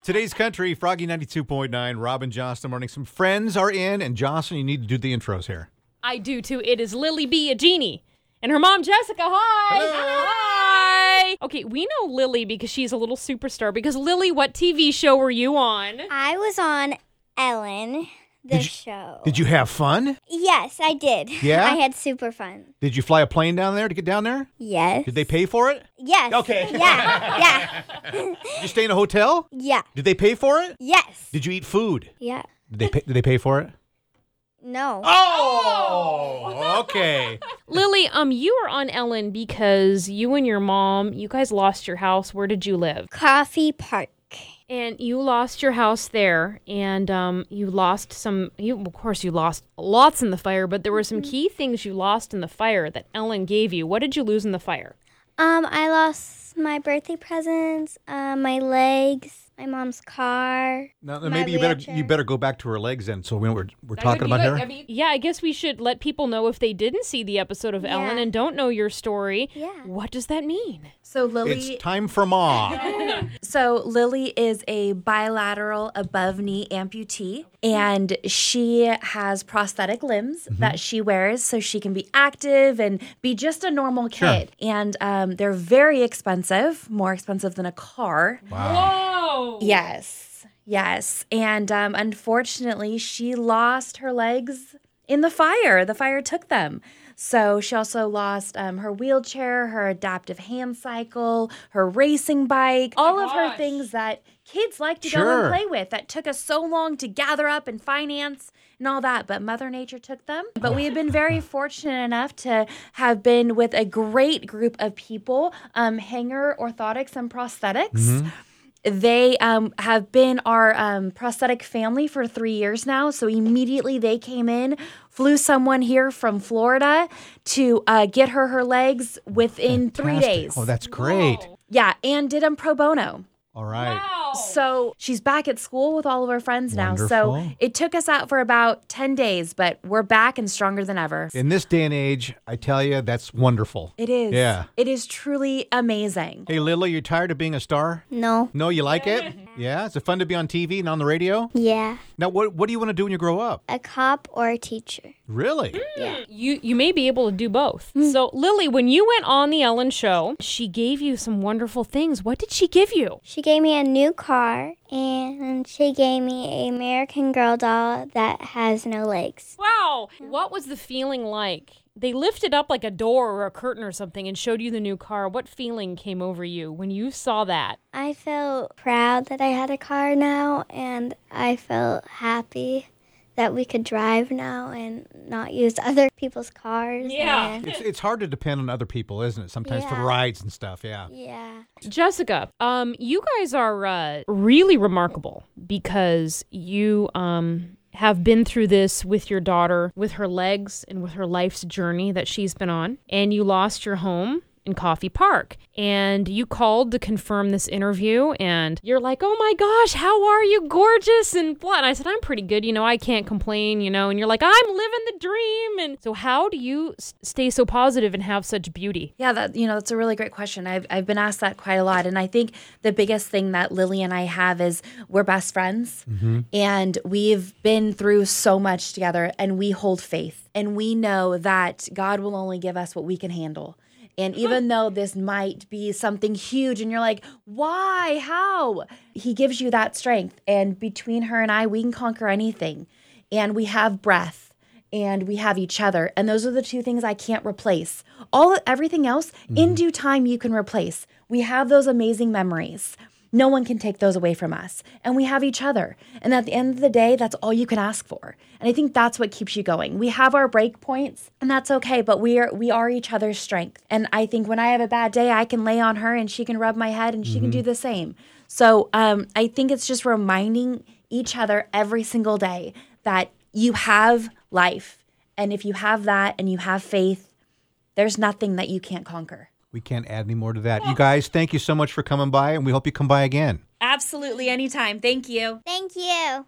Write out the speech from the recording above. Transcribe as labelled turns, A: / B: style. A: Today's country, Froggy 92.9, Robin Jocelyn morning. Some friends are in, and Jocelyn, you need to do the intros here.
B: I do too. It is Lily B, a genie, and her mom Jessica. Hi. Hi. Okay, we know Lily because she's a little superstar. Because Lily, what TV show were you on?
C: I was on Ellen, the
A: Did you-
C: show.
A: Did you have fun?
C: yes, I did.
A: Yeah?
C: I had super fun.
A: Did you fly a plane down there to get down there?
C: Yes.
A: Did they pay for it?
C: Yes.
A: Okay.
C: Yeah. Yeah.
A: Did you stay in a hotel?
C: Yeah.
A: Did they pay for it?
C: Yes.
A: Did you eat food?
C: Yeah.
A: Did they pay, did they pay for it?
C: No.
A: Oh, okay.
B: Lily, um, you were on Ellen because you and your mom, you guys lost your house. Where did you live?
C: Coffee Park.
B: And you lost your house there, and um, you lost some. You, of course, you lost lots in the fire, but there were some key things you lost in the fire that Ellen gave you. What did you lose in the fire?
C: Um, I lost my birthday presents, uh, my legs, my mom's car.
A: Now,
C: My
A: maybe you better you
C: wheelchair.
A: better go back to her legs then, so we know what we're, we're talking about here.
B: Yeah, I guess we should let people know if they didn't see the episode of Ellen
C: Yeah.
B: and don't know your story.
C: Yeah.
B: What does that mean?
D: So Lily,
A: It's time for Ma.
D: so Lily is a bilateral above knee amputee, and she has prosthetic limbs that she wears so she can be active and be just a normal kid. And um, they're very expensive, more expensive than a car.
B: Whoa!
D: Yes, yes. And um, unfortunately, she lost her legs in the fire. The fire took them. So she also lost um, her wheelchair, her adaptive hand cycle, her racing bike, all of her things that kids like to go
A: Sure.
D: and play with that took us so long to gather up and finance and all that. But Mother Nature took them. But we have been very fortunate enough to have been with a great group of people um, hanger, orthotics, and prosthetics they um, have been our um, prosthetic family for three years now. So immediately they came in, flew someone here from Florida to uh, get her her legs within three
A: Fantastic.
D: days.
A: Oh, that's great.
D: yeah, and did them pro bono.
A: All right.
D: So she's back at school with all of her friends now.
A: Wonderful.
D: So it took us out for about 10 days, but we're back and stronger than ever.
A: In this day and age, I tell you, that's wonderful.
D: It is.
A: Yeah.
D: It is truly amazing.
A: Hey, Lily, you tired of being a star?
C: No.
A: No, you like it? Yeah. Is it fun to be on TV and on the radio?
C: Yeah.
A: Now, what what do you want to do when you grow up?
C: A cop or a teacher.
A: Really?
B: You you may be able to do both.
C: Mm.
B: So Lily, when you went on the Ellen show, she gave you some wonderful things. What did she give you?
C: She gave me a new car and she gave me a American Girl doll that has no legs.
B: Wow! What was the feeling like? They lifted up like a door or a curtain or something and showed you the new car. What feeling came over you when you saw that?
C: I felt proud that I had a car now, and I felt happy that we could drive now and not use other people's cars.
B: Yeah.
C: and-
A: It's, it's hard to depend on other people, isn't it? Sometimes for
C: Yeah.
A: rides and stuff. Yeah.
C: yeah.
B: Jessica, um, you guys are uh, really remarkable because you um, have been through this with your daughter, with her legs, and with her life's journey that she's been on. And you lost your home in Coffee Park. And you called to confirm this interview. And you're like, oh my gosh, how are you? Gorgeous and blah. And I said, I'm pretty good. You know, I can't complain, you know. And you're like, I'm living the dream. And so, how do you s- stay so positive and have such beauty?
D: Yeah, that you know, that's a really great question. I've I've been asked that quite a lot, and I think the biggest thing that Lily and I have is we're best friends, and we've been through so much together, and we hold faith, and we know that God will only give us what we can handle. And even though this might be something huge, and you're like, why, how? He gives you that strength. And between her and I, we can conquer anything. And we have breath and we have each other and those are the two things i can't replace all everything else in due time you can replace we have those amazing memories no one can take those away from us and we have each other and at the end of the day that's all you can ask for and i think that's what keeps you going we have our break points and that's okay but we are we are each other's strength and i think when i have a bad day i can lay on her and she can rub my head and she can do the same so um, i think it's just reminding each other every single day that you have life. And if you have that and you have faith, there's nothing that you can't conquer.
A: We can't add any more to that. You guys, thank you so much for coming by, and we hope you come by again.
D: Absolutely, anytime. Thank you.
C: Thank you.